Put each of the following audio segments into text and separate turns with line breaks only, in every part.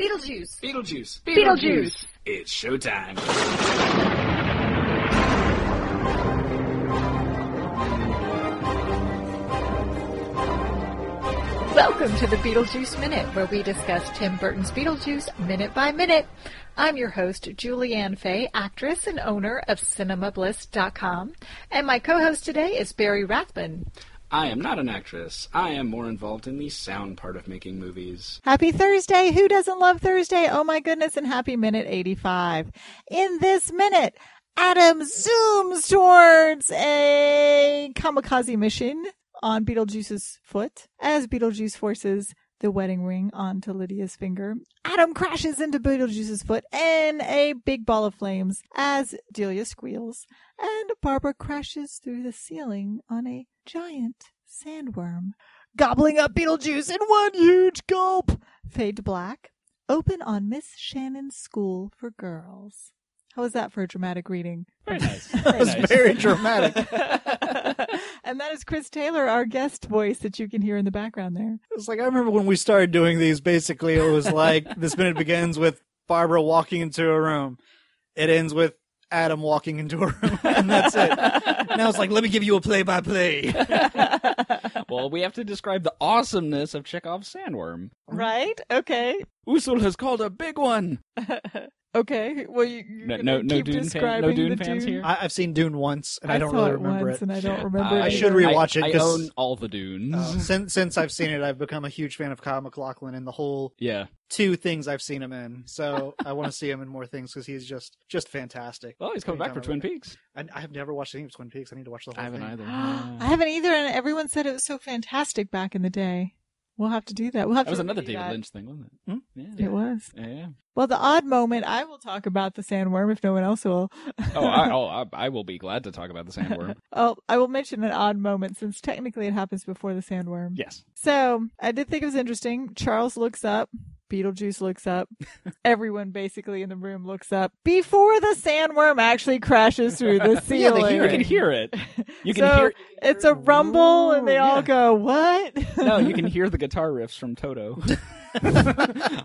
Beetlejuice.
Beetlejuice.
Beetlejuice.
It's showtime.
Welcome to the Beetlejuice Minute, where we discuss Tim Burton's Beetlejuice minute by minute. I'm your host, Julianne Fay, actress and owner of CinemaBliss.com. And my co-host today is Barry Rathman.
I am not an actress. I am more involved in the sound part of making movies.
Happy Thursday. Who doesn't love Thursday? Oh my goodness. And happy minute 85. In this minute, Adam zooms towards a kamikaze mission on Beetlejuice's foot as Beetlejuice forces the wedding ring onto Lydia's finger. Adam crashes into Beetlejuice's foot in a big ball of flames as Delia squeals and Barbara crashes through the ceiling on a giant sandworm gobbling up Beetlejuice in one huge gulp. Fade to black. Open on Miss Shannon's School for Girls. How was that for a dramatic reading?
Very nice. Very nice.
Very dramatic.
and that is Chris Taylor, our guest voice that you can hear in the background there.
It's like I remember when we started doing these. Basically, it was like this minute begins with Barbara walking into a room. It ends with Adam walking into a room, and that's it. now it's like let me give you a play-by-play.
well, we have to describe the awesomeness of Chekhov's sandworm.
Right? Okay.
Usul has called a big one.
Okay. Well, you, you're
No,
gonna
no, no
keep
Dune, fan,
describing
no
the
Dune fans
Dune?
here.
I, I've seen Dune once, and I, don't
saw
really
it
remember
once
it.
and I don't remember it.
I should
either.
re- rewatch it
I, I
'cause-
own Oh. all the dunes.
Uh, since since I've seen it, I've become a huge fan of Kyle MacLachlan and the whole
yeah.
two things I've seen him in. So I want to see him in more things because he's just just fantastic.
Well, he's coming back for Twin Peaks.
I, I have never watched any of Twin Peaks. I need to watch the whole
I haven't either.
thing.
I haven't either, and everyone said it was so fantastic back in the day. We'll have to do that. We'll have
that
to
was another
do
David
that.
Lynch thing, wasn't it?
Hmm?
Yeah.
It was.
Yeah.
Well, the odd moment, I will talk about the sandworm if no one else will.
Oh, I, oh, I, I will be glad to talk about the sandworm.
oh, I will mention an odd moment since technically it happens before the sandworm.
yes.
So I did think it was interesting. Charles looks up. Beetlejuice looks up. Everyone basically in the room looks up before the sandworm actually crashes through the
Yeah,
ceiling.
they hear
You can
Right.
hear it. You can
So,
hear.
It's a rumble, and they all
yeah.
go, "What?"
No, you can hear the guitar riffs from Toto.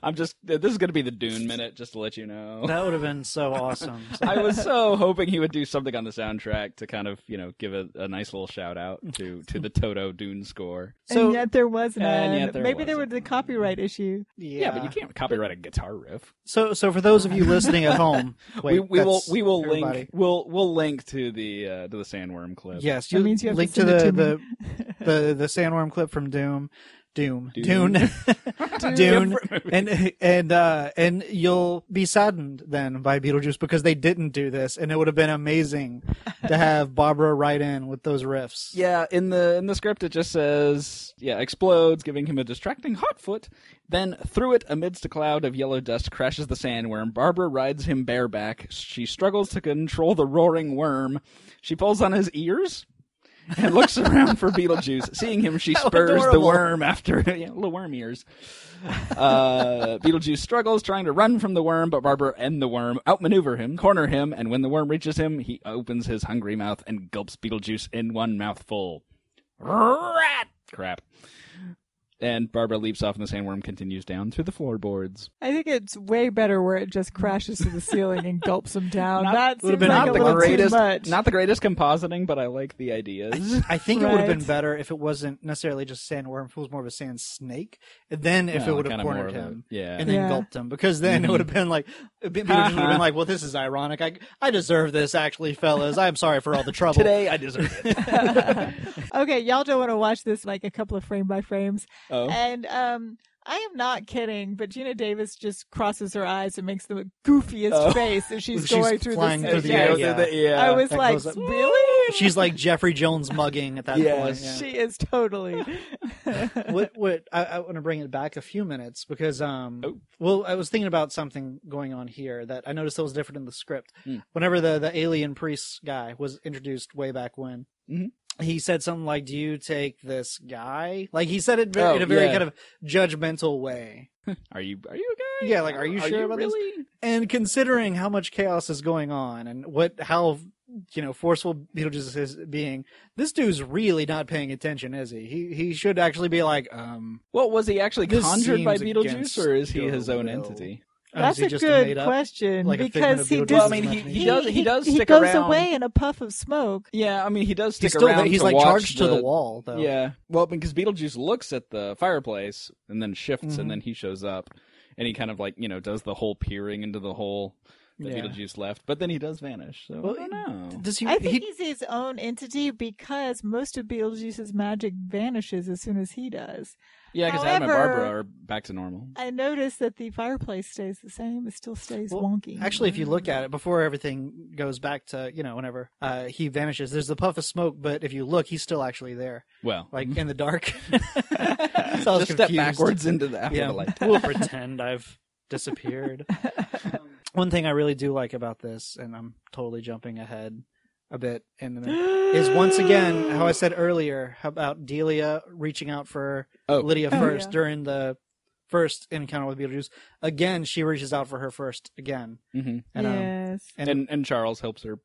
I'm just. This is going to be the Dune minute, just to let you know.
That would have been so awesome. So-
I was so hoping he would do something on the soundtrack to kind of, you know, give a, a nice little shout out to to the Toto Dune score.
so-
and yet there was none.
And yet there
Maybe there was
wasn't.
a copyright issue.
Yeah, but you can't copyright a guitar riff.
So, so for those of you listening at home,
we
wait,
we will
that's
we will
everybody.
link we'll we'll link to the uh, to the sandworm clip.
Yes,
That
you
means you have to
link
send it
the,
to
the, the the sandworm clip from Doom, Doom,
Dune.
Dune, Dune,
Different movie.
and and uh, and you'll be saddened then by Beetlejuice because they didn't do this, and it would have been amazing to have Barbara write in with those riffs.
Yeah, in the in the script it just says, yeah, explodes, giving him a distracting hot foot. Then through it, amidst a cloud of yellow dust, crashes the sandworm. Barbara rides him bareback. She struggles to control the roaring worm. She falls on his ears and looks around for Beetlejuice. Seeing him, she spurs the
adorable.
worm after yeah, little worm ears. Uh, Beetlejuice struggles, trying to run from the worm, but Barbara and the worm outmaneuver him, corner him, and when the worm reaches him, he opens his hungry mouth and gulps Beetlejuice in one mouthful. Rat crap. And Barbara leaps off, and the sandworm continues down through the floorboards.
I think it's way better where it just crashes to the ceiling and gulps them down.
Not-
that
would've
seems
been
like
not
a
the
little
greatest,
too much.
not the greatest compositing, but I like the ideas.
I think it would have
Right.
been better if it wasn't necessarily just sandworm, if it was more of a sand snake. And then if
Yeah,
it would have
kinda more
cornered
of a-
him.
yeah. Mm-hmm.
And then
Yeah.
gulped him because then it would have been like Beetlejuice would have been like, "Well, this is ironic. I I deserve this, actually, fellas. I'm sorry for all the trouble."
Today I deserve it.
okay, y'all don't want to watch this like a couple of frame by frames.
Oh.
And um I am not kidding, but Gina Davis just crosses her eyes and makes the goofiest
Oh.
face as she's,
She's
going through
flying
the,
through the
staircase.
air,
yeah.
yeah.
the- yeah.
I was
That
like,
goes up.
really?
She's like Jeffrey Jones mugging at that
Yes.
point. yeah.
She is totally.
what what I, I want to bring it back a few minutes because um
Oh.
well I was thinking about something going on here that I noticed that was different in the script.
Hmm.
Whenever the the alien priest guy was introduced way back when,
Mhm.
he said something like, "Do you take this guy?" Like he said it very,
Oh,
in a very
yeah.
kind of judgmental way.
Are you are you okay?
Yeah, like, are you sure about this?
really?
And considering how much chaos is going on and what how you know forceful Beetlejuice's being. This dude's really not paying attention, is he? He he should actually be like, um,
Well, was he actually
This
conjured by
seems against
Beetlejuice, or is he
your
his own
will.
entity?
oh,
That's
is he
a
just
good
made up?
question
Like a figment
because
of
he
Beetlejuice's
just
Well, I mean, he-
imagination?
he does- does
he
stick
goes
around.
away in a puff of smoke.
Yeah, I mean, he does stick
He's still
around.
there. He's
to
like
watch
charged
the,
to the wall, though.
Yeah. Well, because Beetlejuice looks at the fireplace and then shifts,
Mhm.
and then he shows up, and he kind of like you know does the whole peering into the hole that
Yeah.
Beetlejuice left, but then he does vanish. So
Well,
I don't know.
Does he?
I think
he-
he's his own entity because most of Beetlejuice's magic vanishes as soon as he does.
Yeah, because Adam and
However-
Barbara are back to normal.
I noticed that the fireplace stays the same; it still stays
Well,
wonky.
Actually, if you look at it before everything goes back to you know whenever uh, he vanishes, there's the puff of smoke. But if you look, he's still actually there,
Well,
like in the dark.
Mm-hmm. just
So I was
step
confused.
backwards into the after
yeah,
the light.
we'll pretend I've disappeared. One thing I really do like about this, and I'm totally jumping ahead a bit in the minute, is once again how I said earlier about Delia reaching out for
Oh.
Lydia
Oh,
first
yeah.
during the first encounter with Beetlejuice. Again, she reaches out for her first again,
hmm
and um,
yes.
and,
And and Charles helps her.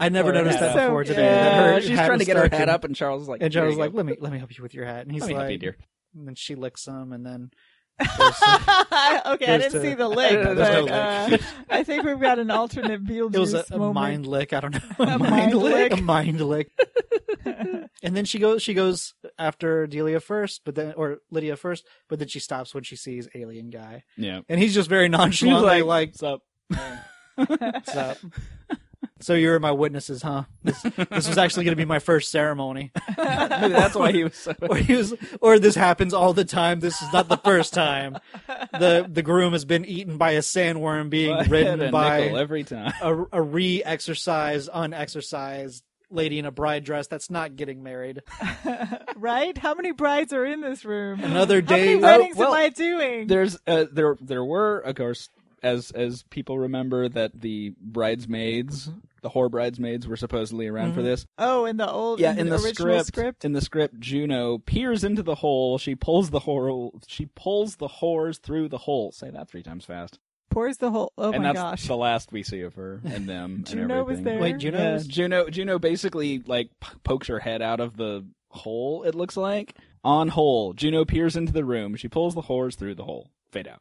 I never
Or
noticed
hat
that
up.
before
So
today.
cute.
that her
Yeah,
she's
hat
trying to
was
get her
dark
hat up, and Charles is like,
and
"Here
Charles
you
was like,
go.
"Let me let me help you with your hat," and he's
Let me
like,
help you, dear."
and then she licks him, and then
okay, I
There's
didn't
the-
see the lick,
There's
but
no
uh, I think we've got an alternate Beetlejuice
it was a, a
moment.
mind lick. I don't know,
A mind lick?
a mind lick. and then she goes she goes after Delia first, but then or Lydia first, but then she stops when she sees alien guy,
Yeah.
and he's just very nonchalant, like, like
"What's up?"
"What's up?" So you were my witnesses, huh? This, this was actually going to be my first ceremony.
Maybe that's why he was so.
or he was, or this happens all the time. This is not the first time. The the groom has been eaten by a sandworm being
I had a
ridden
nickel
by
every time.
a, a re-exercised, unexercised lady in a bride dress that's not getting married.
right? How many brides are in this room?
Another
How many
day. Oh,
weddings
well,
am I doing?
There's uh, there there were of course as as people remember that the bridesmaids the whore bridesmaids were supposedly around for this.
Oh, in the old,
Yeah,
in,
Mm-hmm. in the,
the, original
script, in the script, Juno peers into the hole. She pulls the whore. She pulls the whores through the hole. Say that three times fast.
pours the whole. Oh
and
my
that's
gosh!
the last we see of her and them. and
Juno was
everything.
there.
Wait, Juno
Yeah,
was-
Juno. Juno basically like p- pokes her head out of the hole. It looks like on hole. Juno peers into the room. She pulls the whores through the hole. Fade out.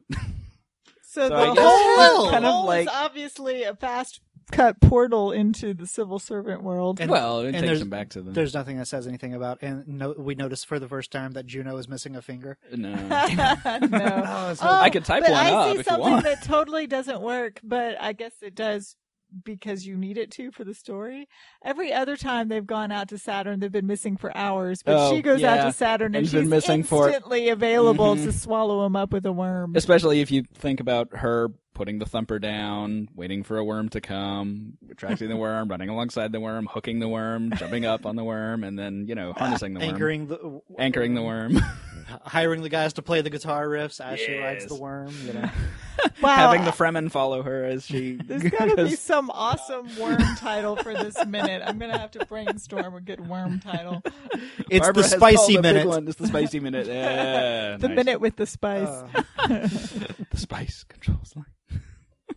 So,
So
the
I
whole
guess
hole,
it's
kind of
hole
like-
is obviously a fast cut portal into the civil servant world.
And-
well, it
and
takes
there's-
them back to the
There's nothing that says anything about, and no, we notice for the first time that Juno is missing a finger.
no.
no.
Oh, so-
Oh,
I could type
but
one
I
up
see
if you
something
want.
that totally doesn't work, but I guess it does because you need it to for the story. Every other time they've gone out to Saturn, they've been missing for hours, but
Oh,
she goes out
yeah.
to Saturn and
She's been
she's
missing for-
instantly available
Mhm.
to swallow him up with a worm.
Especially if you think about her putting the thumper down, waiting for a worm to come, attracting the worm, running alongside the worm, hooking the worm, jumping up on the worm, and then, you know, harnessing the worm.
anchoring the
Anchoring the worm.
hiring the guys to play the guitar riffs as she rides
Yes.
the worm. You know.
Wow.
Having the Fremen follow her as she
There's got to be
goes-
some awesome worm title for this minute. I'm going to have to brainstorm a good worm title.
It's
Barbara
the
has
spicy
called big
minute.
one. It's the spicy minute. Yeah,
The
nice.
minute with the spice.
Uh,
The spice controls life.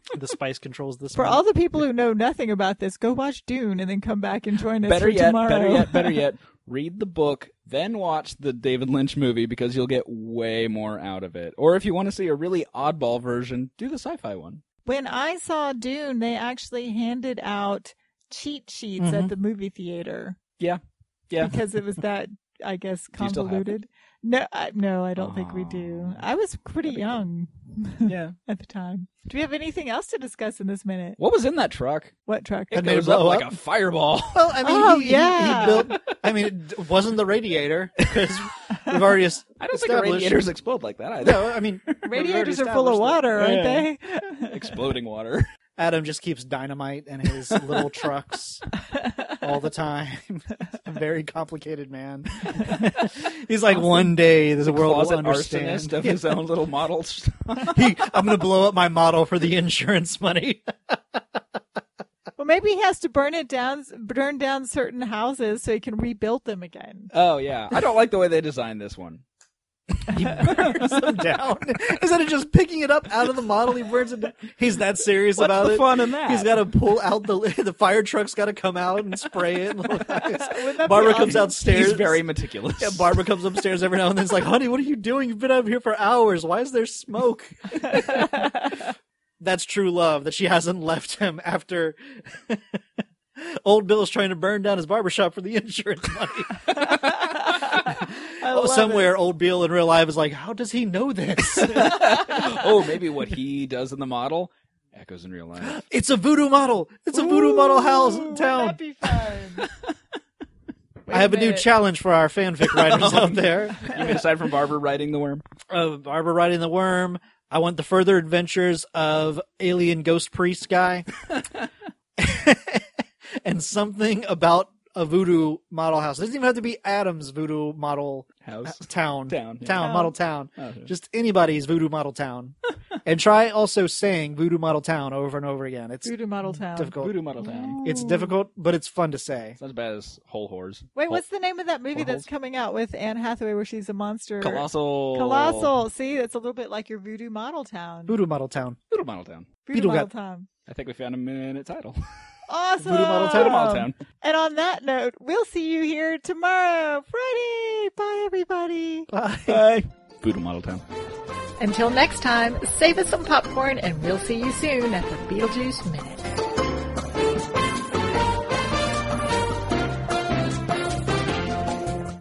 the spice controls this.
for all the people who know nothing about this, go watch Dune and then come back and join us
better
for
yet,
tomorrow.
better yet, better yet, read the book, then watch the David Lynch movie because you'll get way more out of it. Or if you want to see a really oddball version, do the sci-fi one.
When I saw Dune, they actually handed out cheat sheets at the movie theater
Mm-hmm. Yeah, yeah.
because it was that, I guess,
Do you still have it?
convoluted. No, I, no, I don't think we do. I was pretty young
Yeah.
at the time. Do we have anything else to discuss in this minute?
What was in that truck?
What truck?
It
made it
goes up
blow
like
up?
a fireball.
Well, I mean,
Oh,
he- he,
yeah.
he built. I mean, it d- wasn't the radiator because we've already. es-
I don't think
established,
radiators explode like that either.
No, I mean, we've already
Radiators are full of
established that
water, aren't
Yeah.
they?
Exploding water.
Adam just keeps dynamite in his little trucks all the time. a very complicated man. He's like, one day the world will
Closet
understand.
arsonist of his own little model.
He- I'm going to blow up my model for the insurance money.
Well, maybe he has to burn it down, burn down certain houses so he can rebuild them again.
oh yeah, I don't like the way they designed this one.
He burns them down. Instead of just picking it up out of the model, he burns it down. He's that serious
What's
about
the
it.
fun in that?
He's got to pull out the the fire truck's got to come out and spray it.
that be
Barbara
awesome?
comes downstairs.
He's very meticulous.
Yeah, Barbara comes upstairs every now and then. It's like, honey, what are you doing? You've been up here for hours. Why is there smoke? That's true love that she hasn't left him after old Bill's trying to burn down his barbershop for the insurance money.
I
Oh,
love
somewhere, old Bill in real life is like, how does he know this?
oh, maybe what he does in the model echoes in real life.
it's a voodoo model. It's a voodoo model house in town.
That'd be fun. Wait
I have a, new
minute.
challenge for our fanfic writers out there.
Even aside from Barbara riding the worm.
Of Barbara riding the worm. I want the further adventures of alien ghost priest guy, and something about a voodoo model house. It doesn't even have to be Adam's voodoo model
House.
town,
Town, yeah.
town
Town.
model town.
Oh, yeah.
Just anybody's voodoo model town, and try also saying voodoo model town over and over again. It's
Voodoo Model Town.
difficult.
Voodoo Model Town.
It's
Ooh.
difficult, but it's fun to say.
It's not as bad as Whole Whores.
Wait,
Whole-
what's the name of that movie that's
Warhols?
coming out with Anne Hathaway where she's a monster?
Colossal.
Colossal. See, that's a little bit like your Voodoo Model Town.
Voodoo model town.
Voodoo Model Town.
Voodoo
Beetle
Model
Gut.
Town.
I think we found a minute title.
Awesome.
Voodoo Model Town.
Voodoo Model Town.
And on that note, we'll see you here tomorrow, Friday. Bye, everybody.
Bye.
Bye. Voodoo Model Town.
Until next time, save us some popcorn and we'll see you soon at the Beetlejuice Minute.